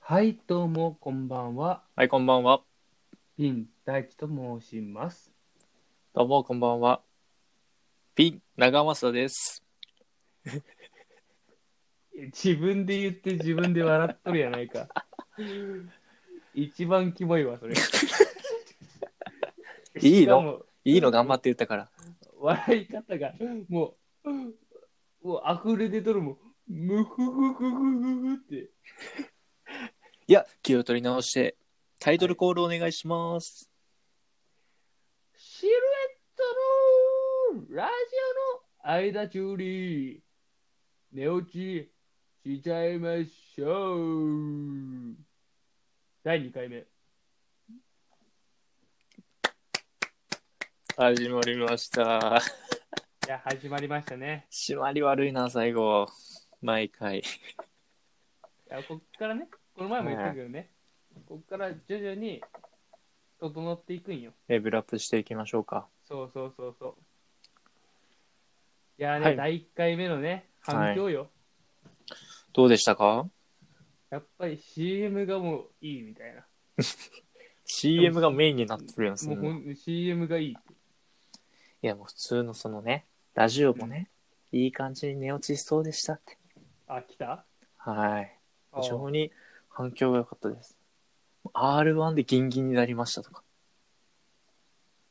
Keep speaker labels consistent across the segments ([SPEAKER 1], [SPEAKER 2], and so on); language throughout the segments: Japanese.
[SPEAKER 1] はい、どうも、こんばんは。
[SPEAKER 2] はい、こんばんは。
[SPEAKER 1] ピン大地と申します。
[SPEAKER 2] どうも、こんばんは。ピン、長政です。
[SPEAKER 1] 自分で言って自分で笑っとるやないか。一番キモいわ、それ。
[SPEAKER 2] いいの
[SPEAKER 1] しかも
[SPEAKER 2] いいの頑張って言ったから。
[SPEAKER 1] 笑い方が、もう、もう溢れ出とるもん。ムフフフフフフって。
[SPEAKER 2] いや、気を取り直して、タイトルコールお願いします。
[SPEAKER 1] シルエットのラジオの間中に寝落ちしちゃいましょう。第2回目。
[SPEAKER 2] 始まりました。
[SPEAKER 1] いや、始まりましたね。
[SPEAKER 2] 締まり悪いな、最後。毎回。
[SPEAKER 1] いや、こっからね、この前も言ったけどね、こっから徐々に整っていくんよ。
[SPEAKER 2] レベルアップしていきましょうか。
[SPEAKER 1] そうそうそうそう。いやーね、
[SPEAKER 2] はい
[SPEAKER 1] 第1回目のね、反響よ。
[SPEAKER 2] どうでしたか
[SPEAKER 1] やっぱり CM がもういいみたいな。
[SPEAKER 2] ?CM がメインになってるやんです
[SPEAKER 1] もうほ
[SPEAKER 2] ね。
[SPEAKER 1] ん CM がいい。
[SPEAKER 2] いや、もう普通のそのね、ラジオもね、いい感じに寝落ちしそうでしたって。
[SPEAKER 1] あ、来た
[SPEAKER 2] はい。
[SPEAKER 1] あ
[SPEAKER 2] 非常に反響が良かったです。R1 でギンギンになりましたとか。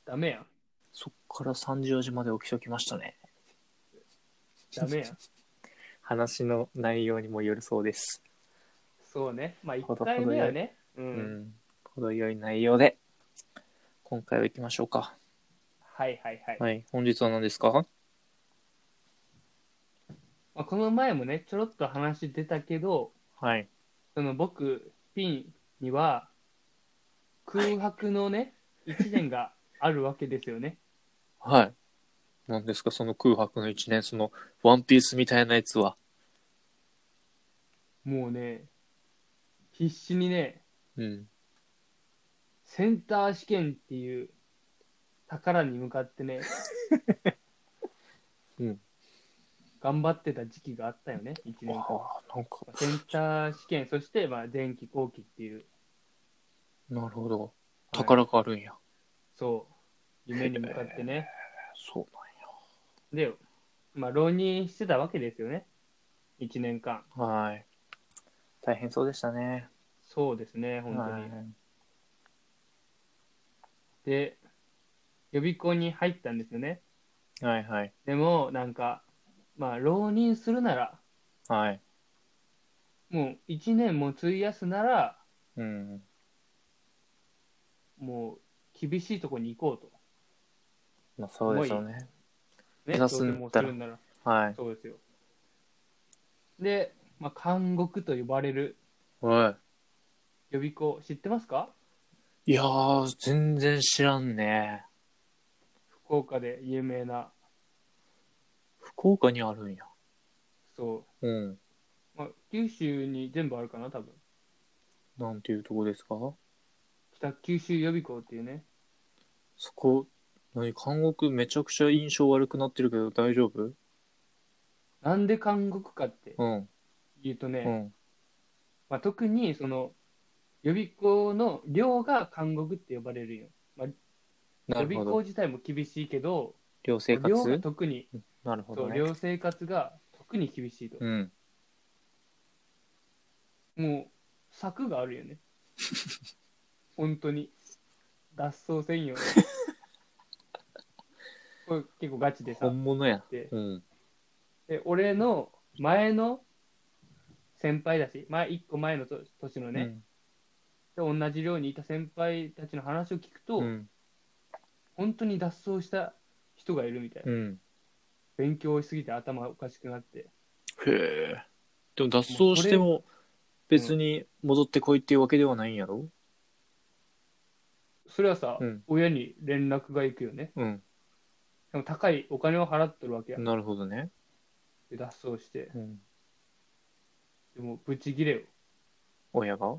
[SPEAKER 1] ダメやん。
[SPEAKER 2] そっから3時4時まで起きときましたね。
[SPEAKER 1] ダメやん。
[SPEAKER 2] 話の内容にもよるそうです。
[SPEAKER 1] そうね。まあ、
[SPEAKER 2] ほ
[SPEAKER 1] 1
[SPEAKER 2] ど
[SPEAKER 1] 回目はね。う。
[SPEAKER 2] うんん。程よい内容で、今回は行きましょうか。
[SPEAKER 1] はいはいはい。
[SPEAKER 2] はい。本日は何ですか
[SPEAKER 1] まあ、この前もね、ちょろっと話出たけど、
[SPEAKER 2] はい。
[SPEAKER 1] その僕、ピンには空白の ね、1年があるわけですよね。
[SPEAKER 2] はい。何ですかその空白の一年、その、ワンピースみたいなやつは。
[SPEAKER 1] もうね、必死にね、
[SPEAKER 2] うん。
[SPEAKER 1] センター試験っていう宝に向かってね、
[SPEAKER 2] うん
[SPEAKER 1] 頑張ってた時期があったよね、1年間。
[SPEAKER 2] ああ、なんか、
[SPEAKER 1] まあセンター試験、そしてまあ前期後期っていう、
[SPEAKER 2] なるほど。
[SPEAKER 1] はい
[SPEAKER 2] 宝があるんや。
[SPEAKER 1] そう、夢に向かってね。
[SPEAKER 2] そう
[SPEAKER 1] で、まあ、浪人してたわけですよね。1年間。
[SPEAKER 2] なんや。はい。大変そうでしたね。
[SPEAKER 1] そうですね、本当に。
[SPEAKER 2] はい
[SPEAKER 1] で、予備校に入ったんですよね。
[SPEAKER 2] はいはい。
[SPEAKER 1] でも、なんか、まあ、浪人するなら、
[SPEAKER 2] はい。
[SPEAKER 1] もう1年も費やすなら、
[SPEAKER 2] うん。
[SPEAKER 1] もう厳しいとこに行こう
[SPEAKER 2] まあそうでしょうね。
[SPEAKER 1] と。
[SPEAKER 2] 目
[SPEAKER 1] ね、
[SPEAKER 2] 指す
[SPEAKER 1] ど
[SPEAKER 2] ん
[SPEAKER 1] う
[SPEAKER 2] だ
[SPEAKER 1] せ
[SPEAKER 2] ったら
[SPEAKER 1] もするんなら。
[SPEAKER 2] はい。
[SPEAKER 1] そうですよ。で、まあ、監獄と呼ばれる
[SPEAKER 2] はい。
[SPEAKER 1] 予備校、知ってますか
[SPEAKER 2] いやー、全然知らんね。
[SPEAKER 1] 福岡で有名な、
[SPEAKER 2] 福岡にあるんや。
[SPEAKER 1] そ
[SPEAKER 2] うん。
[SPEAKER 1] う、まあ、九州に全部あるかな、多分。
[SPEAKER 2] なんていうとこですか
[SPEAKER 1] 北九州予備校っていうね、
[SPEAKER 2] そこ、何監獄めちゃくちゃ印象悪くなってるけど大丈夫
[SPEAKER 1] なんで監獄かって
[SPEAKER 2] うん。
[SPEAKER 1] 言うとね、
[SPEAKER 2] うん。
[SPEAKER 1] まあ、特にその予備校の寮が監獄って呼ばれるよ。
[SPEAKER 2] な
[SPEAKER 1] 予
[SPEAKER 2] る
[SPEAKER 1] 備
[SPEAKER 2] ほ
[SPEAKER 1] 校
[SPEAKER 2] ど。
[SPEAKER 1] 自体も厳しいけど、
[SPEAKER 2] 寮生
[SPEAKER 1] 寮が
[SPEAKER 2] 活
[SPEAKER 1] 特に、
[SPEAKER 2] なるほ
[SPEAKER 1] そ
[SPEAKER 2] ど
[SPEAKER 1] う
[SPEAKER 2] ね。
[SPEAKER 1] 寮生活が特に厳しいと。
[SPEAKER 2] うん。
[SPEAKER 1] もう柵があるよ ね。本当に。脱走せんよね。 これ結構ガチでさ。
[SPEAKER 2] 本物や。
[SPEAKER 1] で
[SPEAKER 2] うん。
[SPEAKER 1] で俺の前の先輩だし、前1個前のと年のね、で同じ寮にいた先輩たちの話を聞くと、
[SPEAKER 2] うん。
[SPEAKER 1] 本当に脱走した人がいるみたいな、
[SPEAKER 2] うん。
[SPEAKER 1] 勉強しすぎて頭おかしくなって
[SPEAKER 2] へえ。でも脱走しても別に戻ってこいっていうわけではないんやろ
[SPEAKER 1] それはさ、
[SPEAKER 2] うん
[SPEAKER 1] 親に連絡が行くよね
[SPEAKER 2] うん。
[SPEAKER 1] でも高いお金を払っとるわけや、
[SPEAKER 2] なるほどね。
[SPEAKER 1] で脱走して
[SPEAKER 2] うん。
[SPEAKER 1] でもブチギレよ
[SPEAKER 2] 親が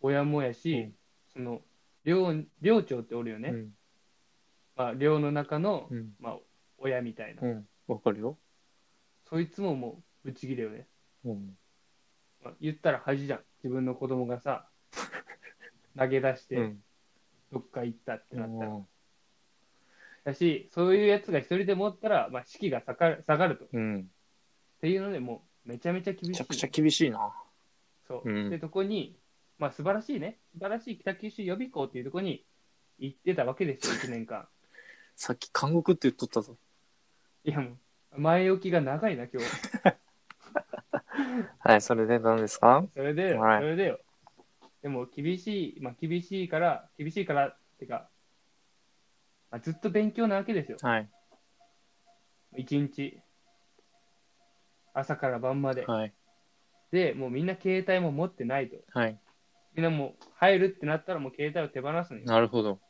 [SPEAKER 1] 親もやし、
[SPEAKER 2] うん
[SPEAKER 1] その寮寮長っておるよね、
[SPEAKER 2] うん。
[SPEAKER 1] まあ、寮の中の、
[SPEAKER 2] うん。
[SPEAKER 1] まあ、親みたいな、
[SPEAKER 2] うん。わかるよ。
[SPEAKER 1] そいつももうブチギレよね
[SPEAKER 2] うん。
[SPEAKER 1] 言ったら恥じゃん。自分の子供が さ、投げ出して、
[SPEAKER 2] うん
[SPEAKER 1] どっか行ったってなったら。
[SPEAKER 2] おー
[SPEAKER 1] だし、そういうやつが一人でもおったら、まあ、士気が下がる下がると。っ
[SPEAKER 2] うん
[SPEAKER 1] ていうので、もう、めちゃめちゃ厳しい。
[SPEAKER 2] めちゃくちゃ厳しいな
[SPEAKER 1] そう。
[SPEAKER 2] うん
[SPEAKER 1] で、とこに、まあ、素晴らしいね。素晴らしい北九州予備校っていうとこに行ってたわけ ですよ、1年間。
[SPEAKER 2] さっき監獄って言っとったぞ
[SPEAKER 1] いや、もう、前置きが長いな、今日。
[SPEAKER 2] はいそれで何ですか
[SPEAKER 1] それで、
[SPEAKER 2] はい
[SPEAKER 1] それでよ。でも、厳しい、まあ、厳しいから、厳しいから、ってか、まあ、ずっと勉強なわけですよ。
[SPEAKER 2] はい
[SPEAKER 1] 一日。朝から晩まで。
[SPEAKER 2] はい
[SPEAKER 1] で、もうみんな携帯も持ってないと。
[SPEAKER 2] はい
[SPEAKER 1] みんなもう入るってなったらもう携帯を手放すのよ。だ
[SPEAKER 2] なるほど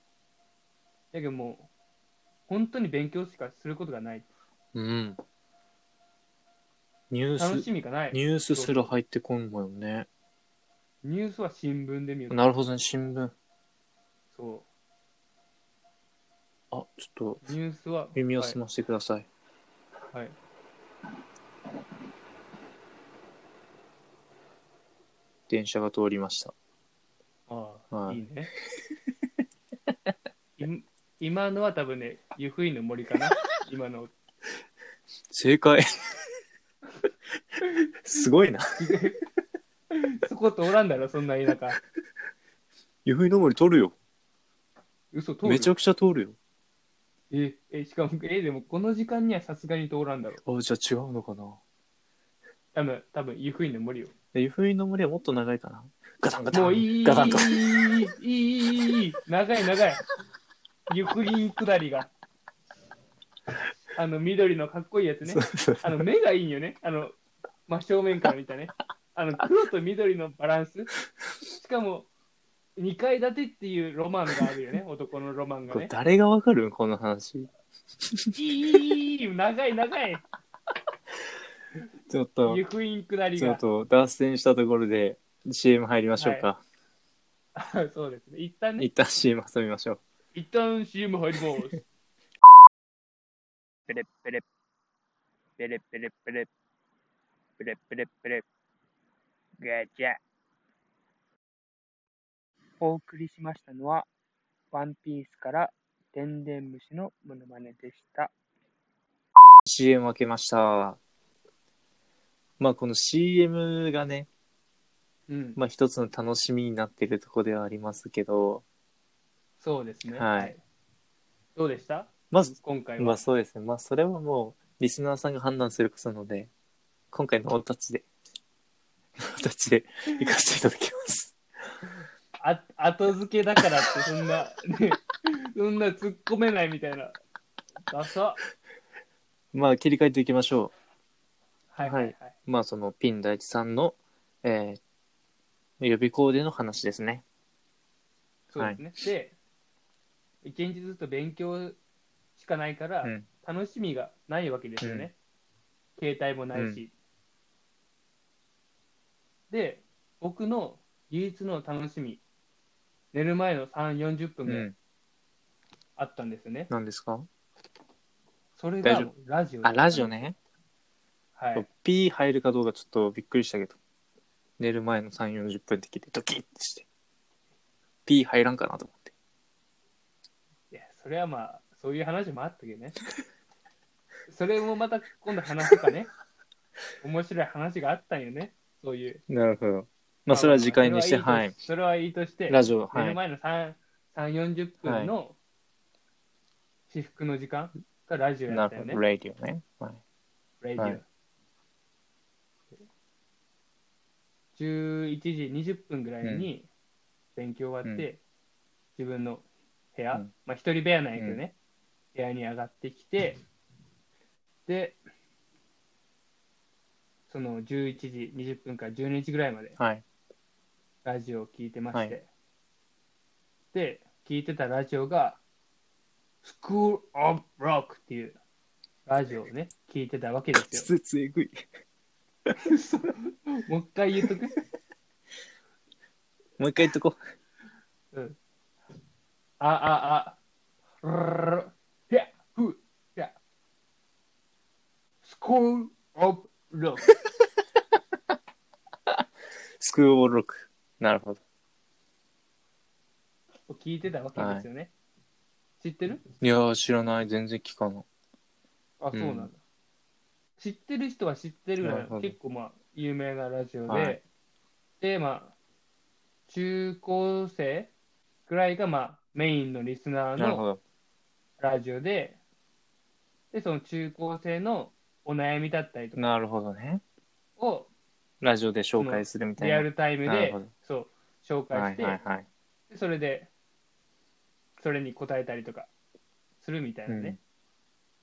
[SPEAKER 1] けどもう、本当に勉強しかすることがない。
[SPEAKER 2] うんニュ
[SPEAKER 1] 楽
[SPEAKER 2] ース
[SPEAKER 1] しみがない。
[SPEAKER 2] ニュースすら入ってこんもよね
[SPEAKER 1] ニュースは新聞で見る。
[SPEAKER 2] なるほどね新聞あ
[SPEAKER 1] そ
[SPEAKER 2] ちょっと
[SPEAKER 1] う。ニュースは。
[SPEAKER 2] 耳を澄ましてください、
[SPEAKER 1] はい。はい
[SPEAKER 2] 電車が通りました
[SPEAKER 1] ああ、
[SPEAKER 2] はい
[SPEAKER 1] い、いね。 い今のは多分ね、湯布院の森かな。今の。
[SPEAKER 2] 正解すごいな
[SPEAKER 1] そこ通らんだろ、そんな田舎。
[SPEAKER 2] 湯布院の森取るよ
[SPEAKER 1] 嘘通る。
[SPEAKER 2] めちゃくちゃ通る
[SPEAKER 1] え、え、しかも、え、でもこの時間にはさすがに通らんだろ。
[SPEAKER 2] よあじゃあ違うのかな
[SPEAKER 1] 多分、多分湯布院の森よ。
[SPEAKER 2] え湯布院の森はもっと長いかなガタンガタン
[SPEAKER 1] もういい、いい、いい
[SPEAKER 2] ガタンと、
[SPEAKER 1] いい、いい、長い長い。ゆくりん下りが。あの、緑のかっこいいやつね。あの、目がいいんよね。あの、真正面から見たね。あの、黒と緑のバランス。しかも、2階建てっていうロマンがあるよね。男のロマンが
[SPEAKER 2] これ
[SPEAKER 1] ね。
[SPEAKER 2] 誰がわかるこの話
[SPEAKER 1] いい、いい、いい、長い長い。
[SPEAKER 2] ちょっと
[SPEAKER 1] ゆくりん下り
[SPEAKER 2] ちょ
[SPEAKER 1] が
[SPEAKER 2] っ。と脱線したところで CM 入りましょうか、
[SPEAKER 1] そうですね。一旦ね、
[SPEAKER 2] 一旦 CM 挟みましょう
[SPEAKER 1] 一旦 CM 入ります。
[SPEAKER 3] ペレッペレッペレッペレッペレッペレッペレッペレッガチャお送りしましたのはワンピースからでんでん虫のモノマネでした
[SPEAKER 2] CM 開けましたまあこの CM がね、
[SPEAKER 1] うん。
[SPEAKER 2] まあ、一つの楽しみになってるとこではありますけど
[SPEAKER 1] そうですね。
[SPEAKER 2] はい。
[SPEAKER 1] どうでした
[SPEAKER 2] まず
[SPEAKER 1] 今回は。
[SPEAKER 2] まあそうですねまあそれはもうリスナーさんが判断することなので今回のおタッチで おタッチで行かせていただきます
[SPEAKER 1] あ後付けだからってそんな、 ね、そんな突っ込めないみたいな。ダサ。
[SPEAKER 2] まあ切り替えていきましょう
[SPEAKER 1] はいはいはい。
[SPEAKER 2] まあそのピン大地さんの、えー予備校での話ですね。
[SPEAKER 1] そうですね。で、一日ずっと勉強しかないから、
[SPEAKER 2] うん
[SPEAKER 1] 楽しみがないわけですよね。携帯もないし。で、僕の唯一の楽しみ、寝る前の3、40分
[SPEAKER 2] う
[SPEAKER 1] が
[SPEAKER 2] ん。
[SPEAKER 1] あったんですよね。
[SPEAKER 2] 何ですか
[SPEAKER 1] それ
[SPEAKER 2] 大
[SPEAKER 1] が
[SPEAKER 2] 丈
[SPEAKER 1] ラジオ
[SPEAKER 2] あ、ラジオ。ね。
[SPEAKER 1] はい。
[SPEAKER 2] P 入るかどうかちょっとびっくりしたけど。寝る前の3、40分って聞いてドキッてして。P 入らんかなと思って。
[SPEAKER 1] いや、それはまあ、そういう話もあったけどね。 それもまた今度話すか ね。面白い話があったんよね。そういう。
[SPEAKER 2] なるほど。まあそれは次回にして、
[SPEAKER 1] それ
[SPEAKER 2] はい
[SPEAKER 1] いと。それはいいとして、
[SPEAKER 2] ラジオ、
[SPEAKER 1] 目
[SPEAKER 2] は
[SPEAKER 1] の
[SPEAKER 2] い。
[SPEAKER 1] 前の3、3 40分の私服の時間がラジオや
[SPEAKER 2] な
[SPEAKER 1] ったよ
[SPEAKER 2] る
[SPEAKER 1] ね
[SPEAKER 2] ほど。。ラディオね。は
[SPEAKER 1] ラ
[SPEAKER 2] い。
[SPEAKER 1] ジオ。
[SPEAKER 2] はい
[SPEAKER 1] 11時20分ぐらいに勉強終わって、自分の部屋、
[SPEAKER 2] うん
[SPEAKER 1] まあ一人部屋なんやけどね、部屋に上がってきて、で、その11時20分から12時ぐらいまで
[SPEAKER 2] はい。
[SPEAKER 1] ラジオを聞いてまして、
[SPEAKER 2] はい
[SPEAKER 1] で、聞いてたラジオが、スクール・オブ・ロックっていうラジオをね、聞いてたわけですよ。
[SPEAKER 2] 滑舌えぐい。
[SPEAKER 1] もう一回言っとく。
[SPEAKER 2] もう一回言っとこう。
[SPEAKER 1] うん。あ、あ、あ。ひゃ、ふ、ひゃ。スコールオブロック。
[SPEAKER 2] 6を6。なるほど。
[SPEAKER 1] を聞いてたわけですよね。知ってる
[SPEAKER 2] いやー、知らない。全然聞かない。
[SPEAKER 1] あ、そうなんだ。
[SPEAKER 2] うん
[SPEAKER 1] 知ってる人は知ってるの
[SPEAKER 2] なるほ
[SPEAKER 1] よ。
[SPEAKER 2] ど
[SPEAKER 1] 結構まあ、有名なラジオで。
[SPEAKER 2] はい
[SPEAKER 1] で、まあ、中高生ぐらいがまあ、メインのリスナー
[SPEAKER 2] なるほ
[SPEAKER 1] の
[SPEAKER 2] ど。
[SPEAKER 1] ラジオで、で、その中高生のお悩みだったりとか
[SPEAKER 2] なるほどね。
[SPEAKER 1] を
[SPEAKER 2] ラジオで紹介するみたい
[SPEAKER 1] リ
[SPEAKER 2] な。
[SPEAKER 1] アルタイム
[SPEAKER 2] なる
[SPEAKER 1] で
[SPEAKER 2] ほど、
[SPEAKER 1] そう、紹
[SPEAKER 2] は
[SPEAKER 1] 介し
[SPEAKER 2] い
[SPEAKER 1] て、
[SPEAKER 2] はいはい。
[SPEAKER 1] でそれで、それに答えたりとかするみたいなね。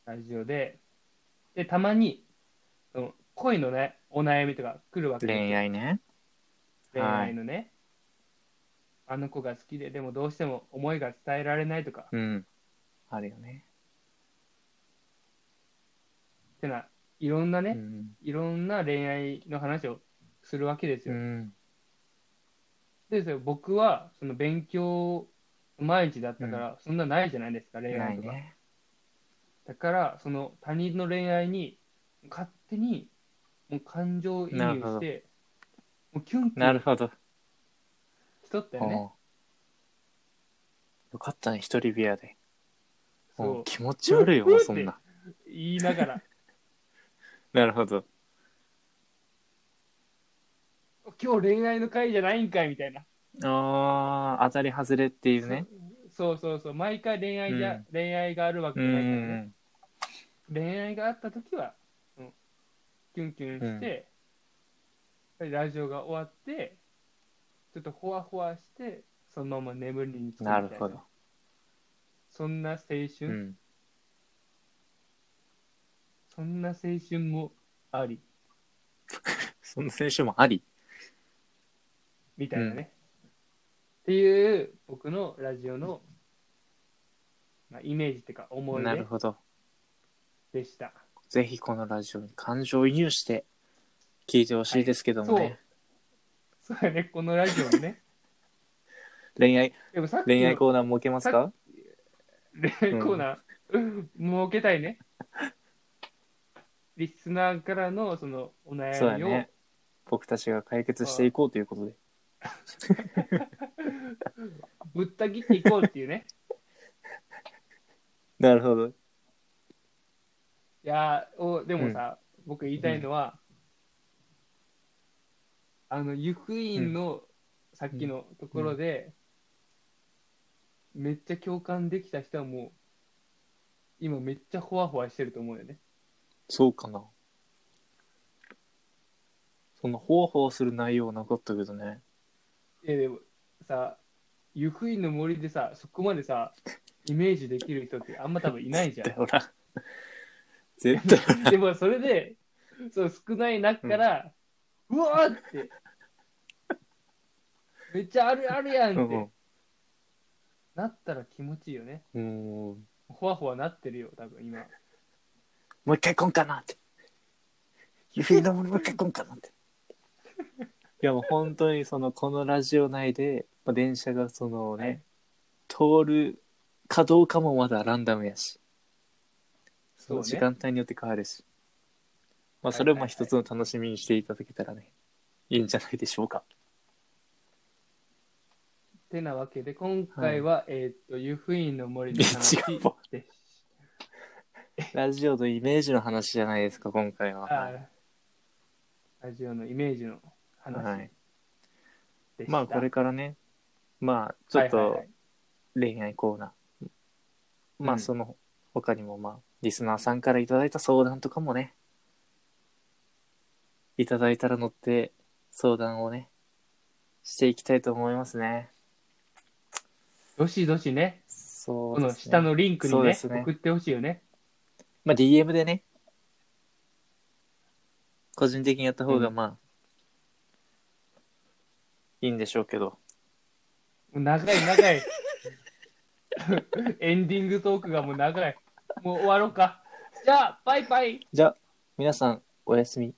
[SPEAKER 1] ラジオで、で、たまに、その恋のね、お悩みとか来るわ
[SPEAKER 2] う
[SPEAKER 1] け
[SPEAKER 2] ん
[SPEAKER 1] ですよ
[SPEAKER 2] 恋愛ね。
[SPEAKER 1] 恋愛のね、あの子が好きで、でもどうしても思いが伝えられないとか、
[SPEAKER 2] うん。あるよね。
[SPEAKER 1] ってな、いろんなね、
[SPEAKER 2] うん。
[SPEAKER 1] いろんな恋愛の話をするわけです
[SPEAKER 2] う
[SPEAKER 1] よ。
[SPEAKER 2] ん。
[SPEAKER 1] でですよ、僕は、その勉強、毎日だったから、そんなないじゃないですか、恋
[SPEAKER 2] な
[SPEAKER 1] 愛
[SPEAKER 2] い
[SPEAKER 1] とか。
[SPEAKER 2] ね。
[SPEAKER 1] だから、その他人の恋愛に、勝手に、もう感情移
[SPEAKER 2] な
[SPEAKER 1] 入
[SPEAKER 2] るほ
[SPEAKER 1] し
[SPEAKER 2] ど
[SPEAKER 1] て、もうキュンキ
[SPEAKER 2] な
[SPEAKER 1] ュン
[SPEAKER 2] るほど。
[SPEAKER 1] しとったよね。
[SPEAKER 2] うんよかったね、一人部屋で。う
[SPEAKER 1] そ
[SPEAKER 2] ん
[SPEAKER 1] う。
[SPEAKER 2] 気持ち悪いわ、そんな。
[SPEAKER 1] 言いなが ら、
[SPEAKER 2] なるほど。
[SPEAKER 1] 今日恋愛の会じゃないんかいみたいな。
[SPEAKER 2] ああ、当たり外れっていうね。
[SPEAKER 1] そうそうそう、毎回恋愛じゃ、
[SPEAKER 2] うん
[SPEAKER 1] 恋愛があるわけ
[SPEAKER 2] う
[SPEAKER 1] じゃないからね、
[SPEAKER 2] ん。
[SPEAKER 1] 恋愛があったときは、うんキュンキュンして、ラジオが終わって、ちょっとほわほわして、そのまま眠りにつくみた
[SPEAKER 2] ない
[SPEAKER 1] な
[SPEAKER 2] るほど。
[SPEAKER 1] そんな青春、
[SPEAKER 2] うん。
[SPEAKER 1] そんな青春もあり、
[SPEAKER 2] その選手もあり。
[SPEAKER 1] みたいなね。っていう、僕のラジオの、まあ、イメージっていうか、思い
[SPEAKER 2] なる
[SPEAKER 1] 出
[SPEAKER 2] ほど。
[SPEAKER 1] でした。
[SPEAKER 2] ぜひこのラジオに感情移入して聞いてほしいですけどもね。
[SPEAKER 1] そうやね、このラジオも ね。
[SPEAKER 2] 恋愛、
[SPEAKER 1] でもさっきの
[SPEAKER 2] 恋愛コーナー設けますか
[SPEAKER 1] 恋愛コーナー、設けたいね。リスナーからのそのお
[SPEAKER 2] そうだ
[SPEAKER 1] 悩みを、
[SPEAKER 2] ね。僕たちが解決していこうということで。
[SPEAKER 1] ぶった切っていこうっていうね。
[SPEAKER 2] なるほど。
[SPEAKER 1] いやーおでもさ、僕言いたいのは、あの、ゆくいんのさっきのところで、めっちゃ共感できた人はもう、今めっちゃほわほわしてると思うよね。
[SPEAKER 2] そうかな。そんなほわほわする内容はなかったけどね。
[SPEAKER 1] いやでもさ、湯布院の森でさ、そこまでさ、イメージできる人ってあんま多分いないじゃ
[SPEAKER 2] だよな。 絶対
[SPEAKER 1] ん。でもそれで、そう少ない中から、うわーって、めっちゃあるあるやんって、
[SPEAKER 2] 俺。
[SPEAKER 1] なったら気持ちいいよね。
[SPEAKER 2] うん。も
[SPEAKER 1] ほわほわなってるよ、多分 今。
[SPEAKER 2] う一回来んかなって。指のもう一回来んかなって。いやもう本当にそのこのラジオ内で、まあ、電車がそのね、通るかどうかもまだランダムやし。そ
[SPEAKER 1] そう
[SPEAKER 2] の
[SPEAKER 1] ね
[SPEAKER 2] 時間帯によって変わるし。まあ
[SPEAKER 1] はい
[SPEAKER 2] それをま
[SPEAKER 1] は
[SPEAKER 2] あ
[SPEAKER 1] いはい
[SPEAKER 2] 一つの楽しみにしていただけたらね、いいんじゃないでしょうか。
[SPEAKER 1] てなわけで、今回は、えーっと、湯布院の森の話
[SPEAKER 2] い や違うわ
[SPEAKER 1] です。
[SPEAKER 2] ラジオのイメージの話じゃないですか、今回は。
[SPEAKER 1] あーラジオのイメージの
[SPEAKER 2] は
[SPEAKER 1] 話
[SPEAKER 2] い
[SPEAKER 1] でした。
[SPEAKER 2] まあこれからね、まあちょっ
[SPEAKER 1] はいはい
[SPEAKER 2] と
[SPEAKER 1] はい
[SPEAKER 2] 恋愛コーナー、ま
[SPEAKER 1] う
[SPEAKER 2] あ
[SPEAKER 1] ん
[SPEAKER 2] その他にもまあリスナーさんからいただいた相談とかもねいただいたら乗って相談をねしていきたいと思いますね
[SPEAKER 1] どしどしね、
[SPEAKER 2] そ
[SPEAKER 1] こ
[SPEAKER 2] うで
[SPEAKER 1] の
[SPEAKER 2] す
[SPEAKER 1] 下
[SPEAKER 2] ね、
[SPEAKER 1] のリンクに
[SPEAKER 2] そう
[SPEAKER 1] ね
[SPEAKER 2] ですね
[SPEAKER 1] 送ってほしいよね。
[SPEAKER 2] まあ DM でね個人的にやった方がまあ、いいんでしょうけど
[SPEAKER 1] もう長い長 い。エンディングトークがもう長い。もう終わろうか。じゃあ、バイバイ。
[SPEAKER 2] じゃあ皆さんおやすみ